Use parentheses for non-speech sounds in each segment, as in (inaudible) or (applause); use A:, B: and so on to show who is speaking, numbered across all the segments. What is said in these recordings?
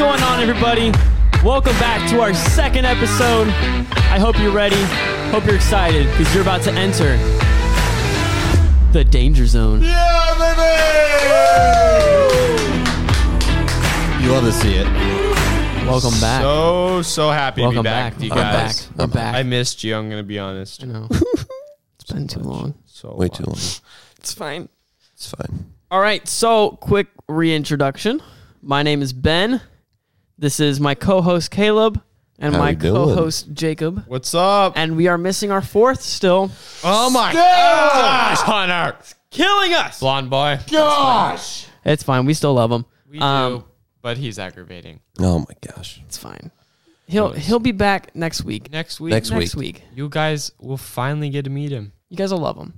A: everybody. Welcome back to our second episode. I hope you're ready. Hope you're excited because you're about to enter the danger zone.
B: You love to see it.
A: Welcome back.
C: So so happy
A: Welcome
C: to be back,
A: back.
C: with you
A: We're
C: guys.
A: back. We're back.
C: I missed you. I'm gonna be honest.
A: I know. It's been too long.
C: So
B: Way
C: much.
B: too long.
A: It's fine.
B: It's fine.
A: All right. So, quick reintroduction. My name is Ben. This is my co-host Caleb and
B: How
A: my
B: you doing?
A: co-host Jacob.
C: What's up?
A: And we are missing our fourth still,
C: Oh my gosh, Hunter,
A: killing us.
C: blonde boy.
A: It's fine. We still love him.
C: We
A: Um,
C: do, but he's aggravating.
B: Oh my gosh.
A: It's fine. He'll he'll be back next week.
C: Next week,
B: Next
A: Next
B: week.
A: week,
C: you guys will finally get to meet him.
A: you guys will love him.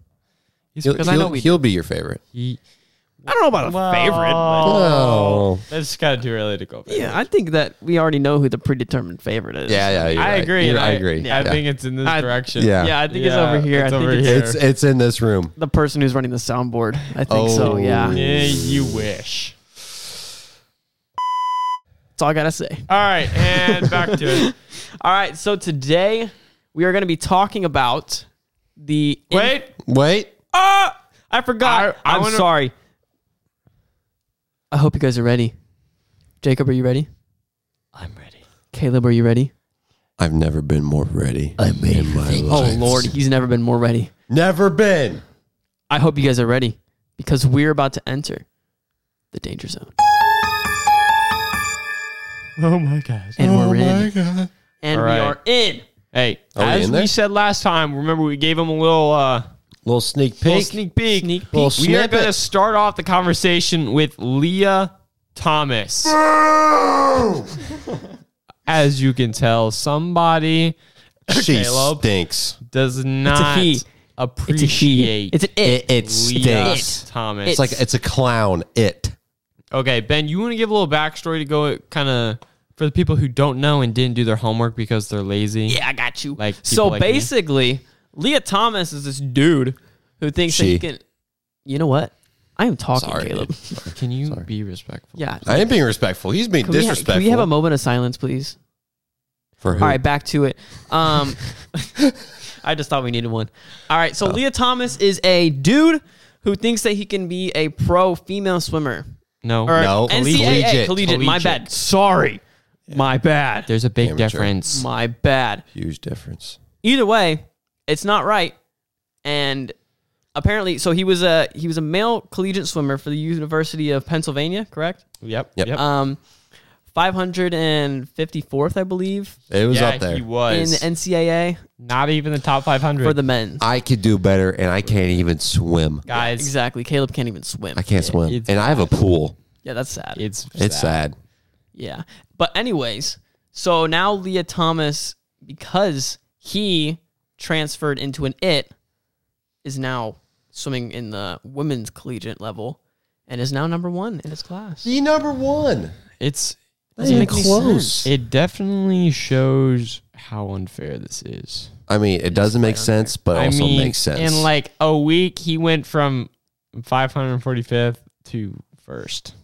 C: He's
B: He'll,
C: because I know
B: he'll,
C: we.
B: he'll be your favorite.
C: He,
A: I don't know about a favorite. but-
B: Oh.
C: that's kind of too early to go. back.
A: yeah, I think that we already know who the predetermined favorite is.
B: Yeah, yeah. You're
C: I
B: right.
C: agree.
B: You're-
C: and
B: I agree.
C: I think it's in this
A: I-
C: direction.
B: Yeah.
A: Yeah, I think it's
C: Yeah,
A: over here.
C: it's
A: I think
C: over
A: it's
C: here.
B: It's it's in this room.
A: the person who's running the soundboard. I think
B: Oh.
A: so. Yeah.
B: Yeah.
C: Yeah, you wish.
A: That's all I gotta say.
C: All right, and back to it.
A: All right. So today we are gonna be talking about the in-
C: Wait,
B: Wait.
A: Ah! I forgot.
C: I- I
A: am
C: wanna-
A: sorry. I hope you guys are ready. Jacob, are you ready?
C: I'm ready.
A: Caleb, are you ready?
B: I've never been more ready in my life.
A: Oh Lord, he's never been more ready.
B: Never been.
A: I hope you guys are ready because we're about to enter the danger zone.
C: Oh my gosh.
A: And we're in.
B: god.
A: And
C: All
A: we
C: right.
A: are in.
C: Hey,
B: Are we
C: as
B: in
C: we
B: there?
C: said last time, remember we gave him a little uh
B: Little sneak
C: little
B: peek.
C: sneak peek.
A: Sneak peek.
B: Little
C: we are
B: snippet.
C: going to start off the conversation with Leah Thomas. as you can tell, somebody
B: she
C: Caleb.
B: stinks.
C: does not
A: he. It's a he.
C: appreciate
A: It's an it.
B: It
C: Leah
B: stinks.
C: Thomas.
B: It's like it's a clown. It.
C: okay, Ben, you want to give a little backstory to go kind of for the people who don't know and didn't do their homework because they're lazy.
A: yeah, I got you.
C: Like people
A: so
C: like me.
A: basically, Leah Thomas is this dude who thinks that he
B: She.
A: can. You know what? I am talking,
B: Sorry,
A: Caleb.
C: Can you be respectful?
A: Yeah.
B: I ain't being respectful. He's being
A: Can we, ha-
B: disrespectful.
A: can we have a moment of silence, please?
B: for who?
A: All right, back to it.
B: (laughs)
A: Um, I just thought we needed one. All right,
B: Oh.
A: so Leah Thomas is a dude who thinks that he can be a pro female swimmer.
C: No.
A: Or
B: No,
A: NCAA collegiate.
B: collegiate.
A: My bad. Sorry. My bad.
C: There's a big
B: Amateur.
C: difference.
A: My bad.
B: Huge difference.
A: Either way, it's not right. And apparently, so he was a he was a male collegiate swimmer for the University of Pennsylvania, correct?
C: Yep.
B: Yep.
A: Um, 554th, I believe,
B: It was
C: yeah,
B: up there.
C: he
A: in
C: was
A: the NCAA
C: not even the top 500
A: for the men.
B: I could do better, and I can't even swim.
C: guys.
A: Exactly. Caleb can't even swim.
B: I can't swim,
C: it's
B: and I have a pool.
A: Yeah, that's sad.
C: It's
B: It's sad.
A: yeah. But anyways, so now Leah Thomas, because he transferred into an it, is now swimming in the women's collegiate level and is now number one in his class.
B: He number one.
C: It's
A: Doesn't make any sense.
C: it definitely shows how unfair this is.
B: I mean, it doesn't make sense, but also makes sense.
C: in like a week he went from 545th to first.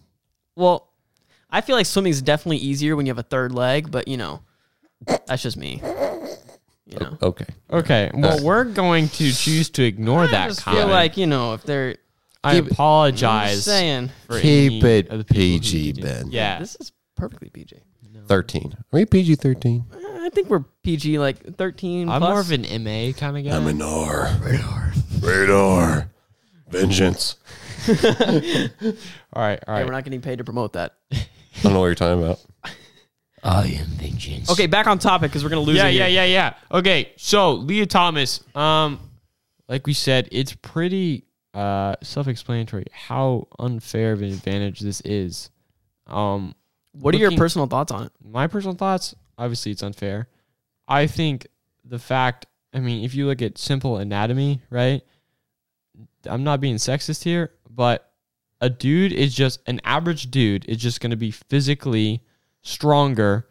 A: Well, I feel like swimming is definitely easier when you have a third leg, but you know, that's just me. You know,
B: okay,
C: Okay, well we're going to choose to ignore
A: I
C: that
A: just
C: comment.
A: feel like you know if they're
C: I
B: Keep-
A: I'm
C: apologize.
A: just saying
C: for
B: keep
C: any of
B: it
C: the people who
B: PG,
C: did-
B: Ben.
C: Yeah.
A: this is perfectly PG.
B: thirteen. Are we PG thirteen?
A: I think we're PG like 13
C: I'm
A: plus.
C: more of an MA kind of guy.
B: an R. Radar. Radar. Vengeance.
C: all right, all
A: Hey,
C: right.
A: we're not getting paid to promote that.
B: I don't know what you're talking about.
C: I am vengeance.
A: Okay, back on topic because we're gonna lose.
C: Yeah,
A: it
C: yeah,
A: here.
C: yeah, yeah. Okay, so Leah Thomas, um, like we said, it's pretty uh self-explanatory how unfair of an advantage this is. Um,
A: What are your
C: Looking-
A: personal thoughts on it?
C: my personal thoughts, obviously, it's unfair. I think the fact, I mean, if you look at simple anatomy, right? I'm not being sexist here, but a dude is just an average dude is just going to be physically stronger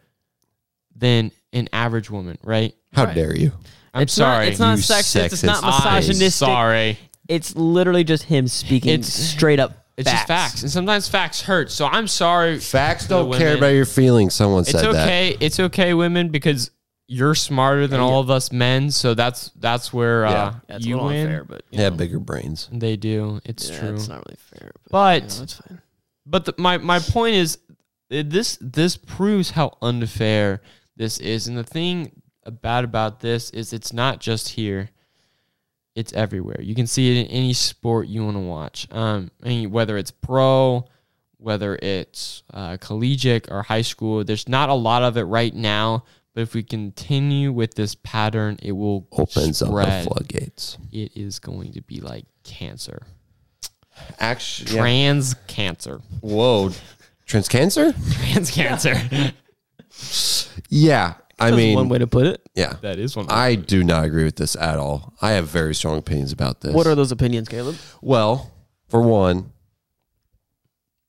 C: than an average woman, right?
B: How
A: Right.
B: dare you?
C: I'm
A: It's not-
C: sorry.
A: it's not
B: you
A: sexist. It's not
B: sexist eyes.
A: misogynistic.
C: Sorry.
A: It's literally just him speaking
C: It's-
A: straight up
C: It's just facts, and sometimes facts hurt. So I'm sorry.
B: Facts
C: to
B: don't
C: the
B: care
C: women.
B: about your feelings. Someone
C: It's
B: said that.
C: okay. It's okay, women, because you're smarter than all of us men. So that's that's where uh,
B: Yeah.
A: Yeah, it's
C: you
A: a little
C: win.
A: unfair, but you
B: They have
A: know,
B: bigger brains.
C: They do. It's
A: yeah,
C: true.
A: It's not really fair.
C: But-
A: you know, it's fine.
C: but the, my my point is eh, this this proves how unfair this is and the thing about about this is it's not just here it's everywhere you can see it in any sport you want to watch um any, whether it's pro whether it's uh, collegiate or high school there's not a lot of it right now but if we continue with this pattern it will
B: Opens up
C: spread.
B: the floodgates.
C: it is going to be like cancer
B: Actually,
C: trans cancer
B: whoa, trans cancer.
A: (laughs)
C: trans cancer
B: Yeah, I mean,
A: one way to put it.
B: yeah,
C: that is one
B: I do not agree with this at all. I have very strong opinions about this.
A: What are those opinions, Caleb?
B: Well, for one,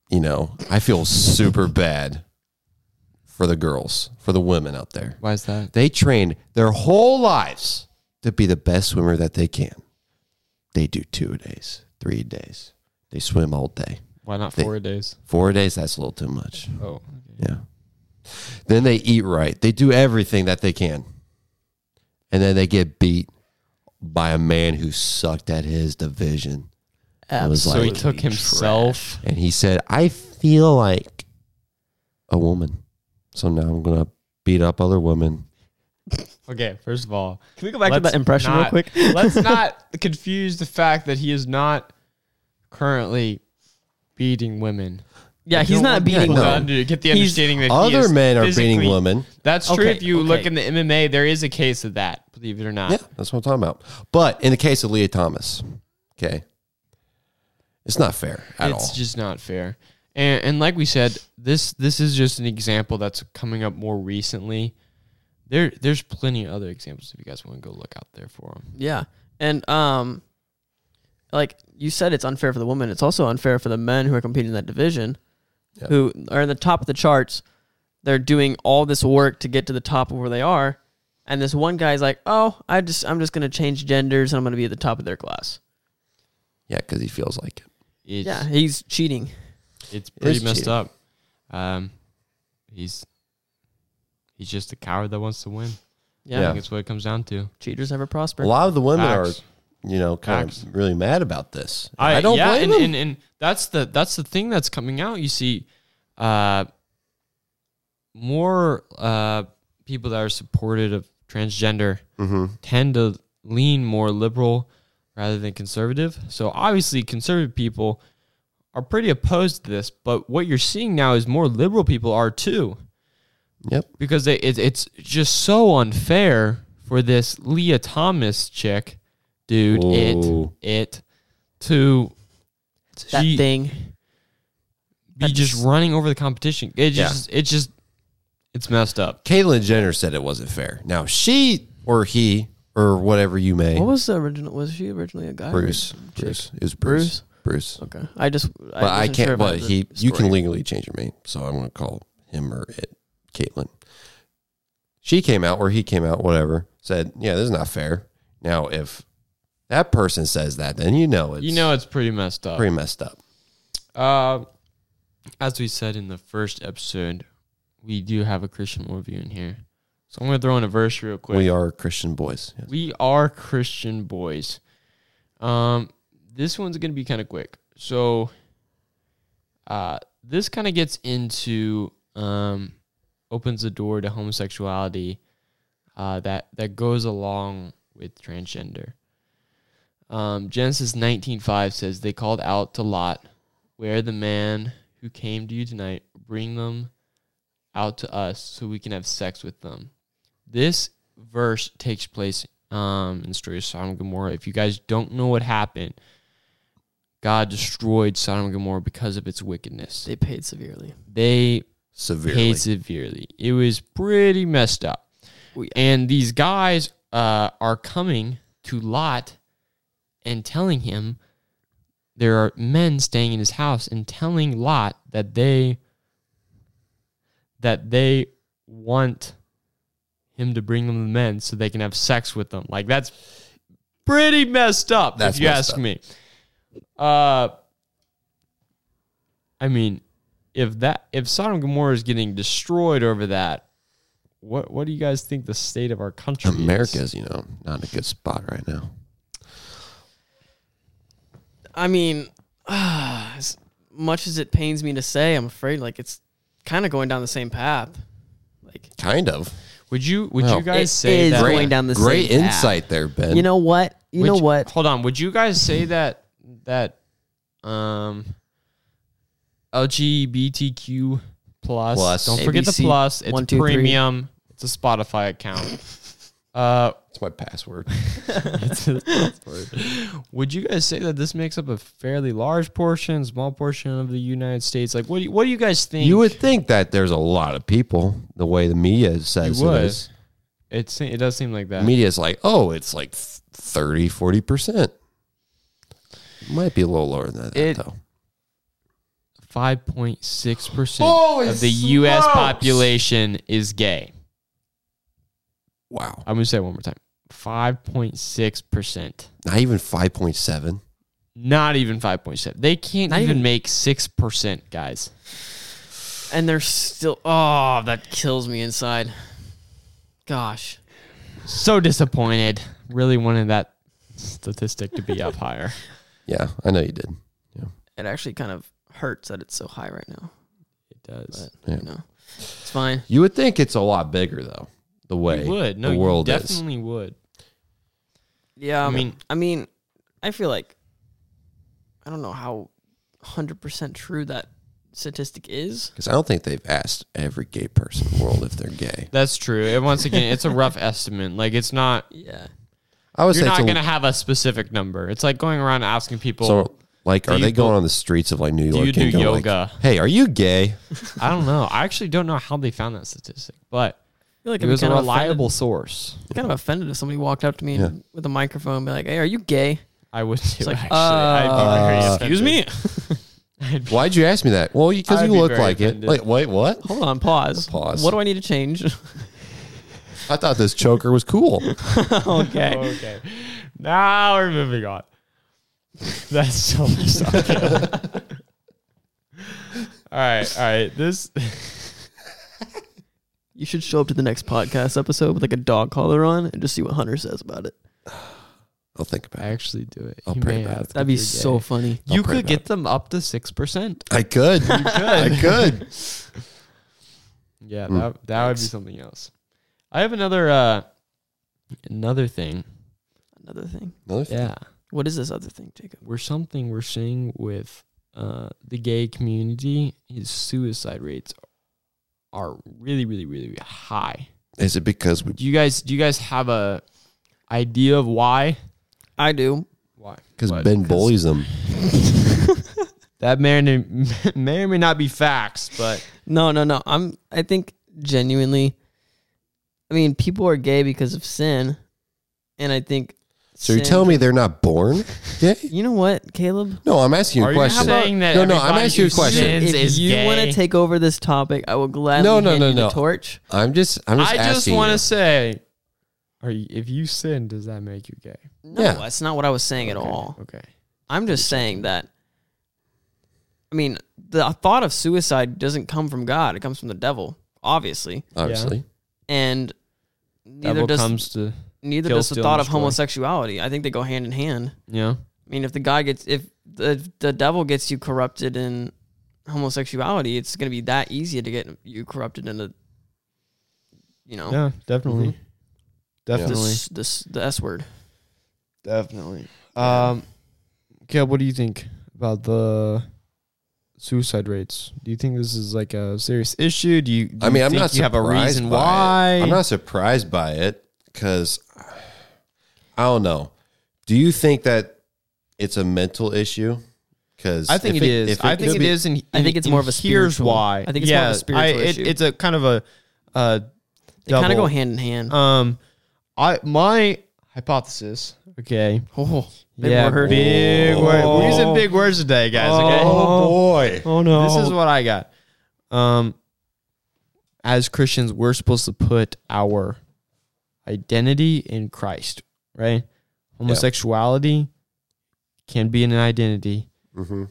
B: you know, I feel super bad for the girls, for the women out there.
C: Why is that?
B: They trained their whole lives to be the best swimmer that they can. They do two days, three days. They swim all day.
C: Why not
B: They-
C: four days?
B: Four days, that's a little too much.
C: Oh,
B: Yeah. Then they eat right. They do everything that they can. And then they get beat by a man who sucked at his division. It was
C: so he
B: like-
C: took himself.
B: And he said, I feel like a woman. So now I'm going to beat up other women.
C: Okay, first of all,
A: Can we go back to
C: let's
A: that impression
C: not-
A: real quick?
B: (laughs)
C: let's not confuse the fact that he is not currently beating women.
A: Yeah,
B: you
A: he's
B: know
A: not
B: what? Yeah,
A: beating
B: no.
A: women.
C: Dude, get the
A: He's-
C: understanding that he
B: other
C: is
B: men are
C: physically-
B: beating women.
C: That's true.
A: Okay,
C: If you
A: okay.
C: look in the MMA, there is a case of that. Believe it or not.
B: Yeah, that's what I'm talking about. But in the case of Leah Thomas, okay, it's not fair at
C: it's
B: all.
C: just not fair. And, and like we said, this this is just an example that's coming up more recently. There there's plenty of other examples if you guys want to go look out there for them.
A: Yeah. And um like you said it's unfair for the women. It's also unfair for the men who are competing in that division
B: Yep.
A: who are in the top of the charts. They're doing all this work to get to the top of where they are. And this one guy's like, "Oh, I just I'm just going to change genders and I'm going to be at the top of their class."
B: yeah, because he feels like it.
C: It's,
A: yeah, he's cheating.
C: It's pretty
B: is
C: messed
B: cheating.
C: up. Um, he's he's just a coward that wants to win.
A: Yeah.
C: I think it's what it comes down to.
A: Cheaters never prosper.
B: A lot of the women
C: Facts.
B: are, you know, kind
C: Facts.
B: of really mad about this.
C: I,
B: I, don't
C: yeah,
B: blame
C: and,
B: them.
C: And, and that's the that's the thing that's coming out. You see, uh, more uh, people that are supportive of transgender
B: Mm-hmm.
C: tend to lean more liberal rather than conservative. So obviously, conservative people are pretty opposed to this. But what you're seeing now is more liberal people are too.
B: Yep.
C: because they, it, it's just so unfair for this Leah Thomas chick, dude.
B: Ooh.
C: It it to
A: that
C: she
A: thing.
C: be just running over the competition. It
B: Yeah.
C: just it just it's messed up.
B: Caitlyn Jenner said it wasn't fair. Now she or he or whatever you may.
A: What was the original was she originally a guy? or
B: Bruce?
A: chick?
B: Bruce. It was Bruce. Bruce.
A: Okay. I just I
B: But I,
A: wasn't
B: can't.
A: sure if
B: but
A: was-
B: he, you can legally change your name, so I'm going to call him or it Caitlin. She came out, or he came out, whatever. Said, yeah, this is not fair. Now, if that person says that, then you know it's
C: you know it's pretty messed up.
B: pretty messed up.
C: Uh, as we said in the first episode, we do have a Christian worldview in here, so I'm gonna throw in a verse real quick.
B: We are Christian boys. Yes.
C: We are Christian boys. Um, this one's gonna be kind of quick. So, uh, this kind of gets into um, opens the door to homosexuality, uh, that that goes along with transgender. Um, Genesis nineteen five says they called out to Lot, where the man who came to you tonight, bring them out to us so we can have sex with them. This verse takes place um, in the story of Sodom and Gomorrah. If you guys don't know what happened, God destroyed Sodom and Gomorrah because of its wickedness.
A: they paid severely.
C: They
B: Severely.
C: paid severely. It was pretty messed up.
A: Oh, yeah.
C: And these guys uh, are coming to Lot and telling him there are men staying in his house and telling Lot that they that they want him to bring them the men so they can have sex with them. Like that's pretty messed up
B: That's
C: if you
B: messed
C: ask
B: up.
C: me. Uh I mean, if that if Sodom and Gomorrah is getting destroyed over that, what what do you guys think the state of our country? is?
B: America's, you know, not in a good spot right now.
A: I mean, (sighs) as much as it pains me to say, I'm afraid like it's kind of going down the same path. Like
B: Kind of.
C: Would you would
B: Well,
C: you guys
A: it
C: say
A: is
C: that?
A: going down the
B: Great
A: same path.
B: insight there, Ben.
A: You know what? You
C: Would
A: know what?
C: Hold on. Would you guys say that that um LGBTQ plus,
B: Plus.
C: don't forget the
A: ABC,
C: plus. It's
A: one, two, three.
C: premium. It's a Spotify account. uh, (laughs)
B: that's
A: (laughs)
B: my password.
C: it's a password. would you guys say that this makes up a fairly large portion, small portion of the United States? Like, what do you, what do you guys think?
B: You would think that there's a lot of people the way the media says
C: You
B: it
C: would.
B: is.
C: it se- it does seem like that.
B: Media's like, oh, it's like 30, 40%. Might be a little lower than that,
C: It-
B: though.
C: Five point six percent
B: Holy
C: of the U.S.
B: smokes.
C: population is gay.
B: Wow.
C: I'm gonna say it one more time. Five point six percent.
B: Not even 5.7.
C: Not even five point seven. They can't
A: Not
C: even,
A: even-
C: make six percent, guys.
A: And there's still oh, that kills me inside. Gosh.
C: So disappointed. Really wanted that statistic to be up
B: (laughs)
C: higher.
B: Yeah, I know you did.
A: It actually kind of hurts that it's so high right now.
C: It does.
B: Yeah.
A: You know. It's fine.
B: You would think it's a lot bigger, though, the way
C: You would. No,
B: the world
C: you
B: is.
C: definitely would.
A: Yeah,
C: I mean-
A: I mean, I feel like I don't know how 100% true that statistic is.
B: Because I don't think they've asked every gay person in the world if they're gay.
C: That's true. And once again, it's
B: (laughs)
C: a rough estimate. Like it's not.
A: Yeah.
B: I would
C: You're
B: say
C: not
B: it's a,
C: gonna have a specific number. It's like going around asking people.
B: so. Like, are
C: you
B: they going
C: go-
B: on the streets of like New
C: do
B: York?
C: you do
B: and going, like,
C: yoga?
B: hey, are you gay?
C: I don't know. I actually don't know how they found that statistic, but
A: I feel like
C: it
A: I'd be
C: was a
A: kind of
C: reliable source.
A: Offended, kind of offended if somebody walked up to me and, with a microphone and be like, "Hey, are you gay?"
C: I would too.
A: like,
C: actually, I'd be very
B: uh,
C: offended. I'd be
B: Why'd you ask me that? Well, because
C: I'd
B: you
C: be
B: look
C: very
B: like
C: offended.
B: it. Wait, wait, what?
A: Hold on, pause.
B: Pause.
A: What do I need to
B: (laughs)
A: change? (laughs)
B: I thought this choker was cool.
A: okay.
C: okay. Now we're moving on. (laughs) That's so (laughs) messed up. all right, all right. This
A: (laughs) You should show up to the next podcast episode with like a dog collar on and just see what Hunter says about it.
B: I'll think about it.
C: actually do it.
B: I'll pray about it.
A: That'd be so funny.
B: I'll
C: You
B: pray
C: could
B: about
C: get them up to six percent.
B: I could. I could.
C: (laughs) Yeah,
B: Mm.
C: that that would be something else. I have another uh another thing.
A: Another thing.
B: Another thing.
C: Yeah,
A: What is this other thing, Jacob?
C: we're something we're seeing with uh the gay community is suicide rates are really really really high.
B: Is it because we
C: Do you guys do you guys have a idea of why?
A: I (laughs) do.
C: Why?
B: because Ben bullies them?
C: That may or may, (laughs) may or may not be facts, but
A: No, no, no. I'm I think genuinely I mean, people are gay because of sin. And I think
B: So you
A: sin-
B: tell me they're not born gay?
A: You know what, Caleb?
B: No, I'm asking you a question.
C: saying that
B: No, no, I'm
C: everybody
B: asking you a
C: who
B: question.
A: If
C: sins is
A: you
C: gay?
A: want to take over this topic, I will gladly
B: No, no,
A: hand
B: no,
A: you
B: no.
A: the torch.
B: I'm just, I'm just
C: I just
B: asking
C: want
B: you.
C: to say, are you, if you sin, does that make you gay?
A: No,
B: Yeah.
A: that's not what I was saying at
C: Okay,
A: all.
C: Okay.
A: I'm just saying that. I mean, the thought of suicide doesn't come from God; it comes from the devil, obviously.
B: Obviously,
A: And neither
C: Devil
A: does
C: comes to
A: neither
C: kill,
A: does the
C: steal,
A: thought of
C: destroy.
A: homosexuality. I think they go hand in hand.
C: yeah.
A: I mean, if the God gets if the the devil gets you corrupted in homosexuality, it's going to be that easy to get you corrupted into, you know,
C: Yeah, definitely.
B: Mm-hmm.
C: Definitely.
A: this this the S word.
C: Definitely. Um, Caleb, what do you think about the suicide rates? Do you think this is like a serious issue? Do you? do
B: I
C: you
B: mean, I'm
C: think
B: not.
C: You have a
B: surprised
C: reason
B: by it.
C: why?
B: I'm not surprised by it because I don't know. Do you think that it's a mental issue? Because
C: I think it is. I think it is, and
A: I think it's
C: and
A: more of a
C: here's
A: spiritual-
C: why.
A: I think it's more of a
C: Yes,
A: spiritual
C: I, it-
A: issue.
C: It's a kind of a uh,
A: They kind of
C: double.
A: go hand in hand.
C: Um, I my hypothesis. Okay.
A: oh, big word.
C: Big word. We're using big words today, guys. Okay.
B: boy.
A: Oh no!
C: This is what I got. Um, as Christians, we're supposed to put our identity in Christ, right? Homosexuality can be an identity,
B: Mm-hmm.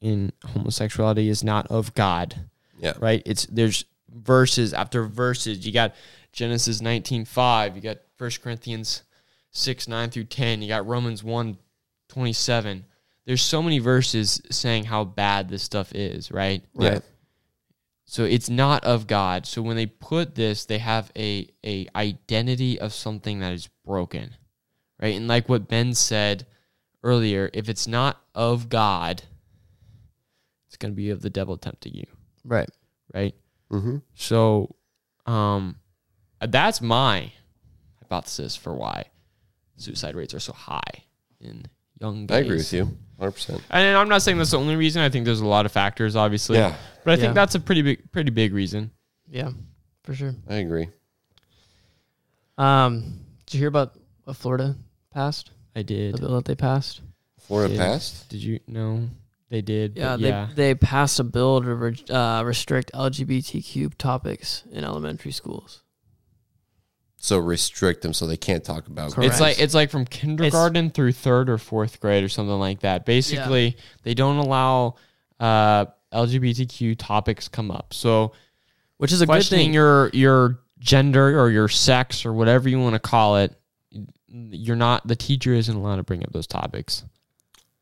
C: in homosexuality is not of God.
B: Yeah.
C: Right? It's there's verses after verses. You got Genesis 19:5, you got 1 Corinthians 6, 9 through 10, you got Romans 1, 27. There's so many verses saying how bad this stuff is, right?
B: Right.
C: So it's not of God. So when they put this, they have a a identity of something that is broken. Right? And like what Ben said earlier, if it's not of God, it's going to be of the devil tempting you,
A: Right.
C: right?
B: Mm-hmm.
C: So um that's my hypothesis for why suicide rates are so high in young guys.
B: I agree with you 100%.
C: And I'm not saying that's the only reason. I think there's a lot of factors obviously.
B: Yeah,
C: But I
A: Yeah.
C: think that's a pretty big pretty big reason.
A: Yeah, for sure.
B: I agree.
A: Um, did you hear about what Florida passed?
C: I did.
A: The bill that they passed?
B: Florida
C: Yeah.
B: passed?
C: Did you know they did?
A: Yeah,
C: Yeah,
A: they
C: yeah.
A: they passed a bill to re- uh, restrict LGBTQ topics in elementary schools.
B: So restrict them so they can't talk about
A: Correct.
C: it's like it's like from kindergarten through third or fourth grade or something like that. Basically, they don't allow uh, LGBTQ topics come up. So
A: Which is a good
C: questioning
A: thing.
C: your your gender or your sex or whatever you want to call it, you're not the teacher isn't allowed to bring up those topics.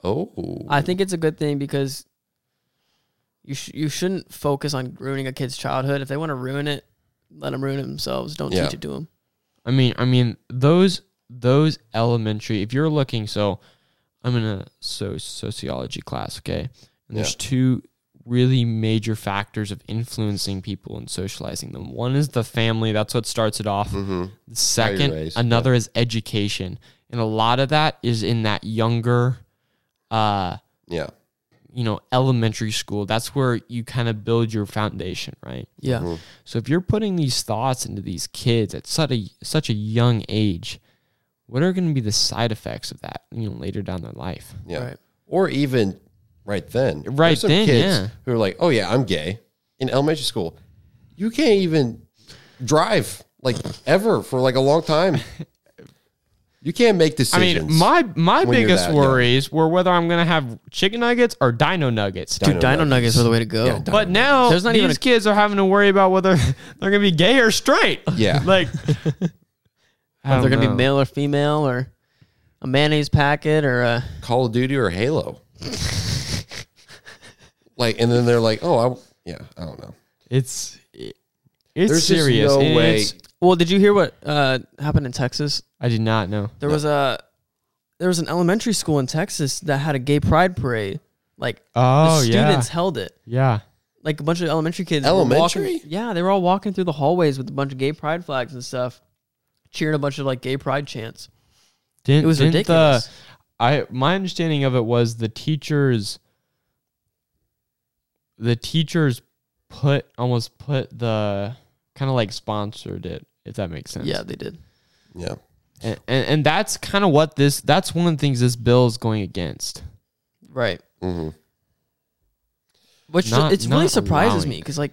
B: Oh.
A: I think it's a good thing because you sh- you shouldn't focus on ruining a kid's childhood. If they want to ruin it, let them ruin it themselves. Don't
B: Yeah.
A: teach it to them.
C: I mean, I mean those those elementary. If you're looking, so I'm in a so sociology class, okay, and there's
B: Yeah.
C: two really major factors of influencing people and socializing them. One is the family. That's what starts it off.
B: Mm-hmm.
C: The
B: you're
C: second,
B: raised,
C: another is education, and a lot of that is in that younger. Uh,
B: Yeah.
C: you know, elementary school, that's where you kind of build your foundation, right?
A: Yeah,
B: Mhm.
C: So if you're putting these thoughts into these kids at such a such a young age, what are going to be the side effects of that, you know, later down their life?
B: Yeah.
A: Right.
B: Or even right then.
C: Right
B: There's some
C: then,
B: kids
C: yeah.
B: Who are like, oh, yeah, I'm gay in elementary school. You can't even drive like ever for like a long
C: (laughs)
B: time. You can't make
C: I
B: decisions.
C: mean, my my
B: when you're
C: biggest
B: that young.
C: worries were whether I'm going to have chicken nuggets or dino nuggets.
A: dude, Dino Nuggets are the way to go.
B: Yeah, Dino
C: Oh, But now
A: There's not
C: these
A: even a-
C: kids are having to worry about whether (laughs) they're going to be gay or straight.
B: Yeah.
A: (laughs)
C: like
A: If they're gonna be male or female or a mayonnaise packet or a
B: Call of Duty or
C: (laughs)
B: Halo. like, and then they're like, oh, I, yeah, I don't know.
C: It's it- it's
B: There's just
C: serious.
B: no
C: and
B: way-
C: it's-
A: Well, did you hear what uh, happened in Texas?
C: I did not know.
A: There was a there was an elementary school in Texas that had a gay pride parade. Like the
C: Oh
A: students held it.
C: yeah.
A: Like a bunch of elementary kids. Were
B: Elementary?
A: walking, yeah, they were all walking through the hallways with a bunch of gay pride flags and stuff, cheering a bunch of like gay pride chants.
C: Didn't,
A: It was
C: didn't
A: ridiculous.
C: The, I my understanding of it was the teachers the teachers put almost put the kind of like sponsored it if that makes sense.
A: yeah, they did.
B: Yeah.
C: And and, and that's kind of what this that's one of the things this bill is going against.
A: Right.
B: hmm
A: Which
C: Mm-hmm. Not-
A: it's really
C: not
A: surprises
C: allowing
A: me because like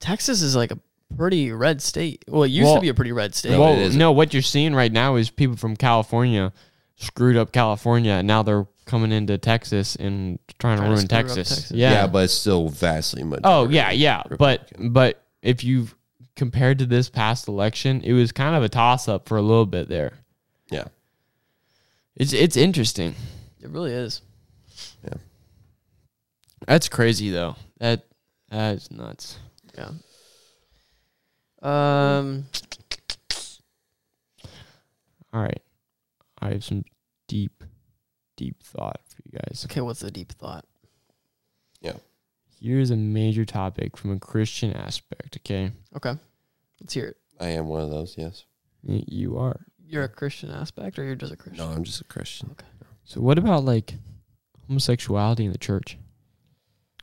A: Texas is like a pretty red state. Well, it used to
C: Well-
A: be a pretty red state.
B: No,
C: Well,
B: it isn't.
C: no, what you're seeing right now is people from California screwed up California and now they're coming into Texas and
A: Trying
C: trying,
A: to
C: to ruin
A: screw up
C: Texas.
A: Texas.
B: Yeah.
C: Yeah.
B: but it's still vastly much.
C: Oh yeah, yeah. But but if you compared to this past election, it was kind of a toss up for a little bit there.
B: Yeah.
C: It's it's interesting.
A: It really is.
C: That's crazy though. That that is nuts.
A: Yeah. Um.
C: All right. I have some deep deep thought for you guys.
A: Okay. What's the deep thought?
C: Here's a major topic from a Christian aspect, okay?
A: Okay. Let's hear it.
B: I am one of those. Yes.
C: You are.
A: You're a Christian aspect, or you're just a Christian?
B: No, I'm just a Christian.
C: So what about like homosexuality in the church?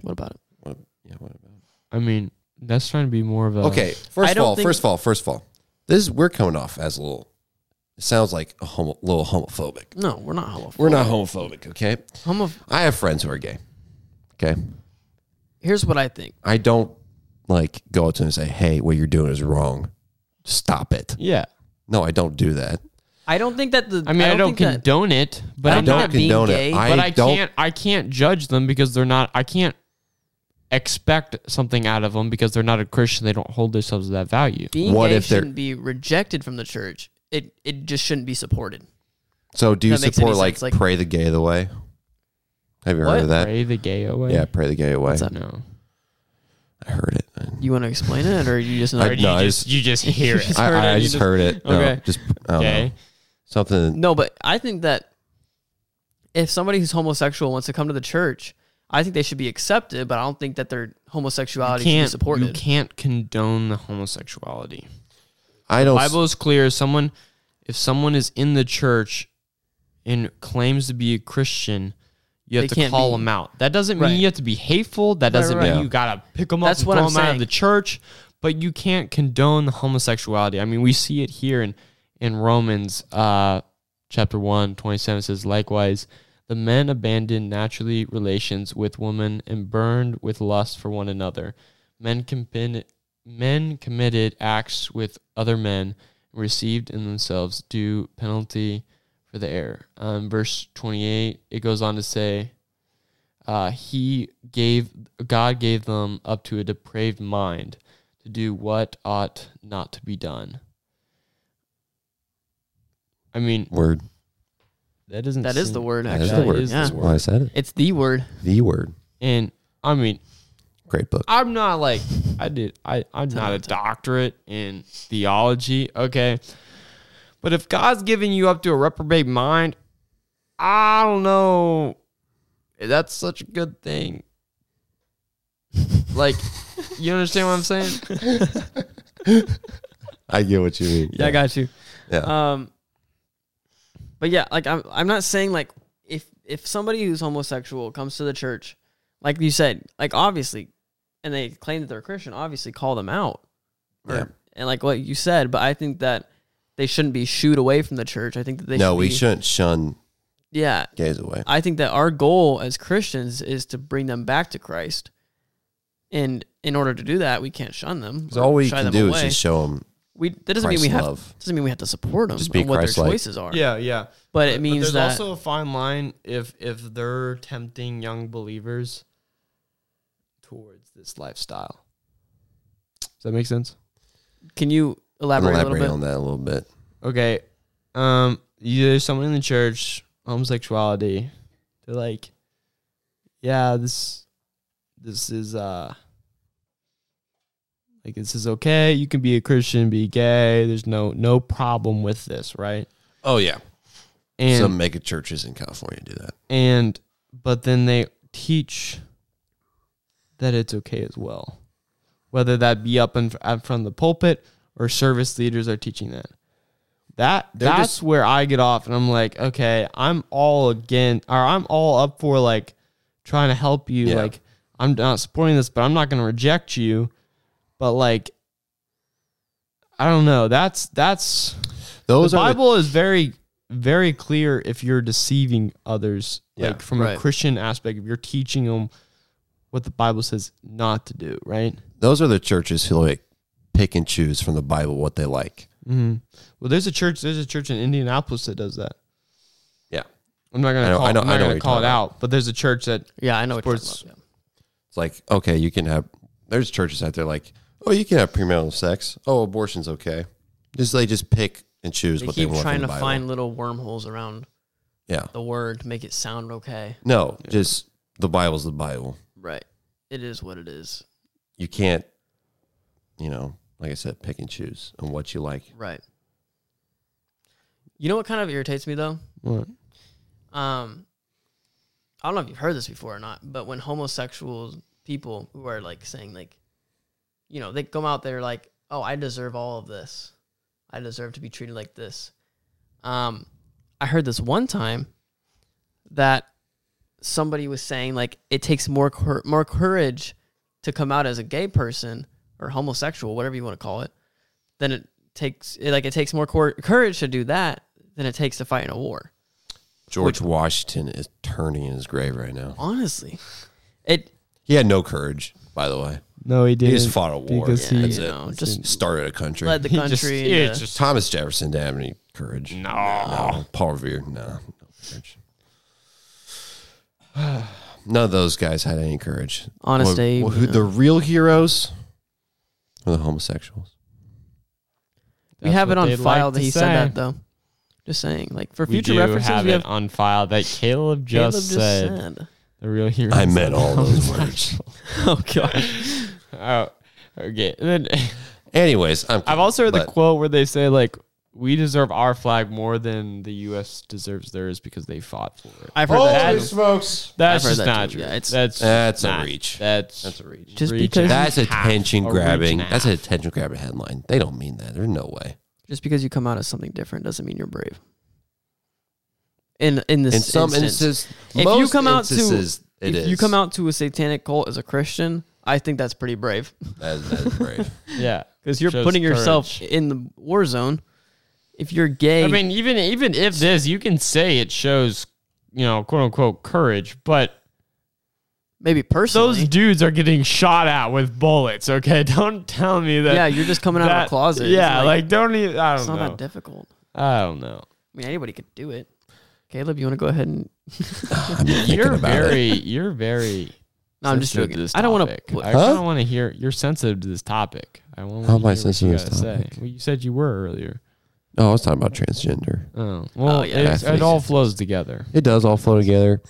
A: What about it?
B: Yeah. What about?
C: I mean, that's trying to be more of a
B: Okay.
A: I
B: First of
A: don't
B: all,
A: think-
B: first of all, first of all, this is, we're coming off as a little. It sounds like a homo, little homophobic.
A: No, we're not homophobic.
B: We're not homophobic, okay?
A: Homo-
B: I have friends who are gay. Okay.
A: Here's what I think.
B: I don't like go up to them and say, "Hey, what you're doing is wrong. Stop it."
C: Yeah.
B: No, I don't do that.
A: I don't think that the.
C: I mean, I don't,
A: think that-
C: condone it, but
A: I
C: I
B: I
A: I'm
C: am
A: don't
B: don't
A: not being
B: condone
A: gay,
B: it. I
C: but I
B: don't.
C: can't I can't judge them because they're not I can't expect something out of them because they're not a Christian. They don't hold themselves to that value.
A: being
B: What
A: gay
B: if they're-
A: shouldn't be rejected from the church. It it just shouldn't be supported.
B: So do you
A: That makes any
B: support like,
A: sense, like-
B: pray the gay away? Have you
A: What?
B: heard of that?
C: Pray the gay away.
B: Yeah, pray the gay away.
A: What's that?
C: No.
B: I heard it.
A: You want to explain it, or you
B: (laughs)
A: just not?
B: I- no, I just-
C: you just hear
A: it. Just
B: (laughs) I,
A: heard
B: I
A: it, you
B: just
A: just-
B: heard it. No,
C: Okay.
B: just I don't know.
C: Okay.
B: something.
A: no, but I think that if somebody who's homosexual wants to come to the church, I think they should be accepted. But I don't think that their
C: You
A: homosexuality should be
C: can't, you
A: supported.
C: can't condone the homosexuality.
B: I don't.
C: Bible is clear. Someone, if someone is in the church and claims to be a Christian, you have
A: They
C: to
A: can't
C: call
A: be.
C: them out. That doesn't
A: Right.
C: mean you have to be hateful. That
A: Right,
C: doesn't
A: right,
C: mean
B: right.
C: you gotta pick them up
A: That's
C: and
A: what
C: throw
A: I'm
C: them out
A: saying.
C: of the church. But you can't condone the homosexuality. I mean, we see it here in in Romans uh, chapter 1, 27 says, likewise. The men abandoned naturally relations with women and burned with lust for one another. Men committed, men committed acts with other men and received in themselves due penalty for the error. Um, verse 28, it goes on to say, uh, he gave God gave them up to a depraved mind to do what ought not to be done. I mean,
B: word.
C: that doesn't
A: That is
C: seem-
A: the word.
B: That is
A: Actually,
B: the word.
C: is
A: Yeah.
B: Well, I said it.
A: it's the word.
B: The word.
C: And I mean,
B: Great book.
C: I'm not like I did. I I'm not a doctorate in theology. Okay, but if God's giving you up to a reprobate mind, I don't know. That's such a good thing. Like, you understand what I'm saying?
B: I get what you mean.
A: Yeah, I got you.
B: Yeah.
A: Um, but yeah, like I'm, I'm not saying like if if somebody who's homosexual comes to the church, like you said, like obviously, and they claim that they're Christian, obviously call them out. Or-
B: Yeah.
A: And like what you said, but I think that they shouldn't be shooed away from the church. I think that they
B: no,
A: should
B: we
A: be-
B: shouldn't shun
A: Yeah,
B: gays away.
A: I think that our goal as Christians is to bring them back to Christ. And in order to do that, we can't shun them.
B: Because
A: or
B: all we
A: shy
B: can
A: them
B: do
A: away.
B: is just show them
A: we that doesn't mean we
B: Christ's
A: have
B: love.
A: doesn't mean we have to support them
B: Just be
A: on what their
B: Christ-like.
A: choices are.
C: Yeah, yeah.
A: But it means
C: there's
A: that
C: also a fine line if if they're tempting young believers towards this lifestyle. Does that make sense?
A: can you elaborate,
B: elaborate,
A: a little
B: on
A: bit?
B: that a little bit.
C: Okay. Um you, there's someone in the church, homosexuality. They're like, Yeah, this this is uh like this is okay, you can be a Christian, be gay, there's no no problem with this, right?
B: Oh yeah,
C: And
B: some mega churches in California do that.
C: and but then they teach that it's okay as well whether that be up in, up from the pulpit or service leaders are teaching that that
B: They're
C: that's
B: just-
C: where i get off and i'm like okay i'm all again or i'm all up for like trying to help you
B: Yeah.
C: like i'm not supporting this but i'm not going to reject you but like i don't know that's that's
B: Those
C: the
B: are the-
C: Bible is very very clear if you're deceiving others
B: Yeah,
C: like from
A: right.
C: a Christian aspect if you're teaching them what the Bible says not to do, right?
B: those are the churches who like pick and choose from the Bible what they like.
C: Mm-hmm. Well, there's a church there's a church in Indianapolis that does that.
B: Yeah,
C: I'm not going
B: I
C: to
B: know-
C: call
B: I know- I
C: I'm not
B: know
C: going
B: what
C: to
B: you're
C: call it
B: talking
C: out, but there's a church that
A: Yeah, I know what you're talking
C: Sports-
A: about. yeah.
B: it's like okay, you can have. There's churches out there like, oh, you can have premarital sex. Oh, abortion's okay. Just they just pick and choose
A: They
B: what they
A: keep
B: want
A: trying
B: from the
A: to
B: Bible.
A: find little wormholes around
B: yeah,
A: the word to make it sound okay.
B: no, just the Bible's the Bible.
A: Right. It is what it is.
B: You can't, you know, like I said, pick and choose on what you like.
A: Right. You know what kind of irritates me though?
C: What?
A: Um I don't know if you've heard this before or not, but when homosexual people who are like saying like you know, they come out there like, "Oh, I deserve all of this. I deserve to be treated like this." Um I heard this one time that somebody was saying like it takes more cour- more courage to come out as a gay person or homosexual, whatever you want to call it, than it takes it, like it takes more cour- courage to do that than it takes to fight in a war.
B: George Washington is turning in his grave right now.
A: Honestly, it
B: He had no courage. by the way.
C: No, he
B: He
C: didn't.
B: just fought a war.
C: because he-
B: That's
A: you
B: it.
A: know, just
B: Started a country.
A: led the
C: He just-
A: country.
C: yeah,
A: into- (laughs)
C: just-
B: Thomas Jefferson didn't have any courage.
C: No.
B: No. Paul Revere, no. (sighs) no courage. None of those guys had any courage.
A: honest
B: What-
A: Abe,
B: who-
A: yeah.
B: The real heroes were the homosexuals.
A: we
C: That's
A: have it
C: what
A: on
C: they'd
A: file
C: like
A: that
C: to
A: he said that
C: say.
A: though. Just saying, like for
C: We
A: future
C: do
A: references,
C: have
A: we
C: it
A: have
C: on file that Caleb
A: Caleb
C: just said
A: said.
C: the real hero.
B: I meant
A: (laughs)
B: all those words.
A: Oh god,
C: oh, okay. And then
B: Anyways, I'm
C: I've also heard the
B: but-
C: quote where they say like, "We deserve our flag more than the U.S. deserves theirs because they fought for it."
A: I've heard that. too.
B: smokes.
C: That's
A: I've heard that
C: just not
A: too.
C: true.
A: Yeah, it's-
C: that's
B: That's a
C: not-
B: reach.
C: That's
B: That's a reach.
A: Just
C: reach
A: because-
B: That's
C: and a half,
B: attention
C: a reach
B: grabbing.
C: and a
B: That's an
C: half.
B: attention grabbing headline. They don't mean that. There's no way.
A: Just because you come out as something different doesn't mean you're brave. In in this
B: In some
A: instance,
B: instances,
A: If
B: most
A: you come out to-
B: instances, it
A: if
B: is.
A: you come out to a satanic cult as a Christian, I think that's pretty brave
B: that is, that is
A: (laughs)
B: brave. (sighs)
C: yeah.
A: because you're
C: Shows
A: putting yourself
C: courage.
A: in the war zone. If you're gay,
C: I mean, even even if this, you can say it shows, you know, quote unquote courage, but
A: maybe personally,
C: those dudes are getting shot at with bullets. Okay, (laughs) don't tell me that.
A: yeah, you're just coming out of
C: that-
A: the closet. It's
C: Yeah, like, don't even. I
A: it's
C: don't
A: not
C: know.
A: that difficult.
C: I don't know.
A: I mean, anybody could do it. Caleb, you want to go ahead and?
B: I'm just thinking
C: You're
B: about it.
C: very, you're very.
A: No, I'm just
C: sensitive
A: joking.
C: to this
A: I don't want
C: topic.
A: to.
C: I
B: Huh?
C: kind of want to hear. You're sensitive to this topic. I want.
B: How
C: to
B: am I
C: hear what
B: sensitive
C: you
B: to this
C: gotta say.
B: topic?
C: Well, you said you were earlier.
B: No, Oh, I was talking about transgender.
C: Oh, well,
A: yeah.
C: it's-
B: Athletes.
C: it all flows together.
B: It does all flow together.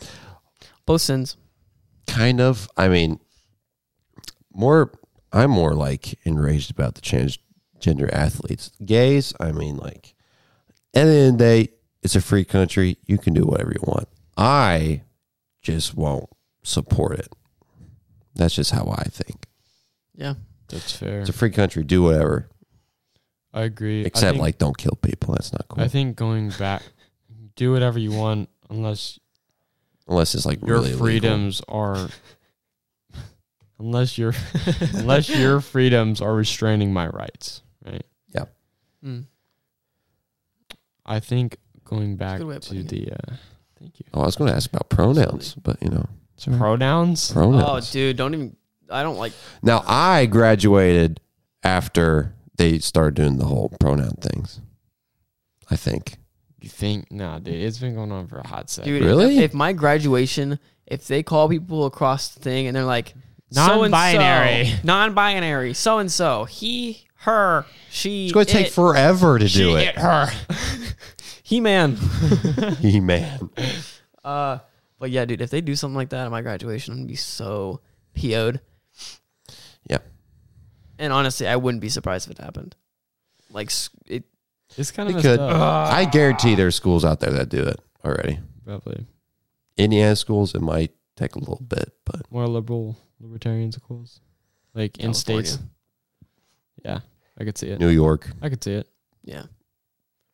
A: Both sins.
B: kind of. I mean, more. I'm more like enraged about the transgender athletes. Gays. I mean, like at the end of the day, it's a free country. You can do whatever you want. I just won't support it. That's just how I think.
A: Yeah.
C: That's fair.
B: It's a free country. Do whatever,
C: I agree. I
B: except
C: think-
B: like don't kill people. That's not cool.
C: I think going back, do whatever you want, unless
B: Unless it's like
C: your
B: really illegal.
C: freedoms
B: (laughs)
C: are unless your unless your freedoms are restraining my rights right
A: Mm.
C: i think going back
A: good way of
C: to
A: putting it.
C: the uh thank you
B: Oh, I was going to ask about pronouns, but you know,
C: pronouns
A: Oh,
B: pronouns.
A: dude, don't even. I don't like.
B: Now I graduated after they started doing the whole pronoun things. I think.
C: you think nah dude it's been going on for a hot second
A: Dude, if-
B: Really?
A: If, my graduation, if they call people across the thing and they're like,
C: Non-binary.
A: so-and-so, non-binary, so and so, he, her, she,
B: It's going to take
A: it,
B: forever to do
C: She hit
B: it.
C: her
B: (laughs)
A: he, man.
B: He man.
A: Uh, but yeah, dude, if they do something like that at my graduation, I'm gonna be so po'd.
B: Yeah.
A: And honestly, I wouldn't be surprised if it happened. Like s- it,
C: it's kind
B: They
C: of
B: could.
C: messed up,
B: I guarantee there's schools out there that do it already.
C: probably
B: Indiana schools, it might take a little bit, but
C: more liberal libertarian schools like in states
A: California.
C: yeah i could see it
B: New York.
C: i could see it
A: yeah,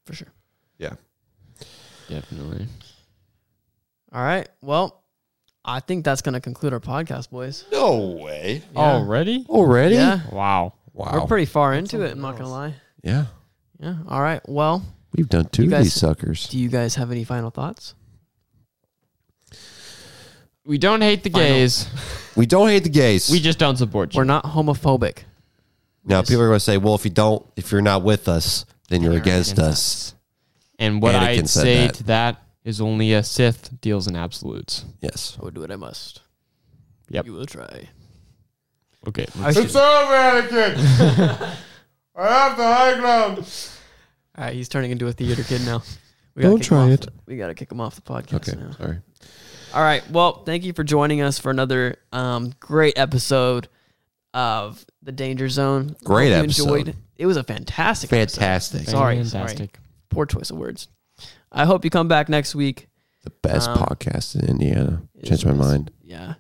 A: for sure.
C: definitely
A: All right, well, I think that's gonna conclude our podcast, boys.
B: No way.
A: Yeah.
C: already
B: Already?
A: Yeah,
C: wow
B: Wow.
A: we're pretty far into it.
C: something
A: I'm not gonna
C: else.
A: lie.
B: yeah.
A: Yeah. All right. Well,
B: We've done two
A: You
B: of
A: guys-
B: these suckers.
A: do you guys have any final thoughts?
C: we don't hate the
A: Final.
C: gays
B: We don't hate the gays.
C: We just don't support you.
A: We're not homophobic.
B: now
A: Yes.
B: people are going to say, well, if you don't, if you're not with us, then you're, against, us.
C: And what
B: Anakin
C: I
B: said
C: say
B: that.
C: to that is only a Sith deals in absolutes.
B: Yes.
A: I would do what I must.
C: Yep.
A: You will try.
C: Okay.
A: It's
D: over,
C: (laughs)
D: Anakin. I have the high ground.
A: All right, he's turning into a theater kid now. (laughs) We
B: Don't
A: gotta kick him
B: try
A: off
B: it.
A: the- we got to kick him off the podcast
B: Okay.
A: now.
B: Sorry.
A: All right. Well, thank you for joining us for another um, great episode of the Danger Zone.
B: Great
A: Hope you
B: episode.
A: It was a fantastic. episode.
B: Fantastic.
A: Sorry,
C: Fantastic.
A: Poor choice of words. I hope you come back next week.
B: The best
A: Um,
B: podcast in Indiana.
A: It is
B: Changed my
A: what it is.
B: mind.
A: Yeah,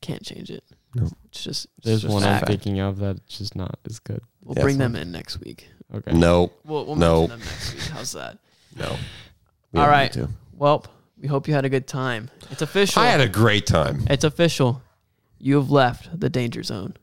A: can't change it.
B: No.
A: It's just
C: There's
B: Just
C: one
B: a
C: I'm
B: fact.
C: thinking of that's just not as good.
A: we'll
B: Yeah,
A: bring
B: fine.
A: them in next week.
C: Okay.
B: No,
A: We'll, we'll
B: No.
A: mention them next week. How's that?
B: no.
A: All right.
B: To.
A: Well, we hope you had a good time. It's official.
B: I had a great time.
A: it's official. You have left the danger zone.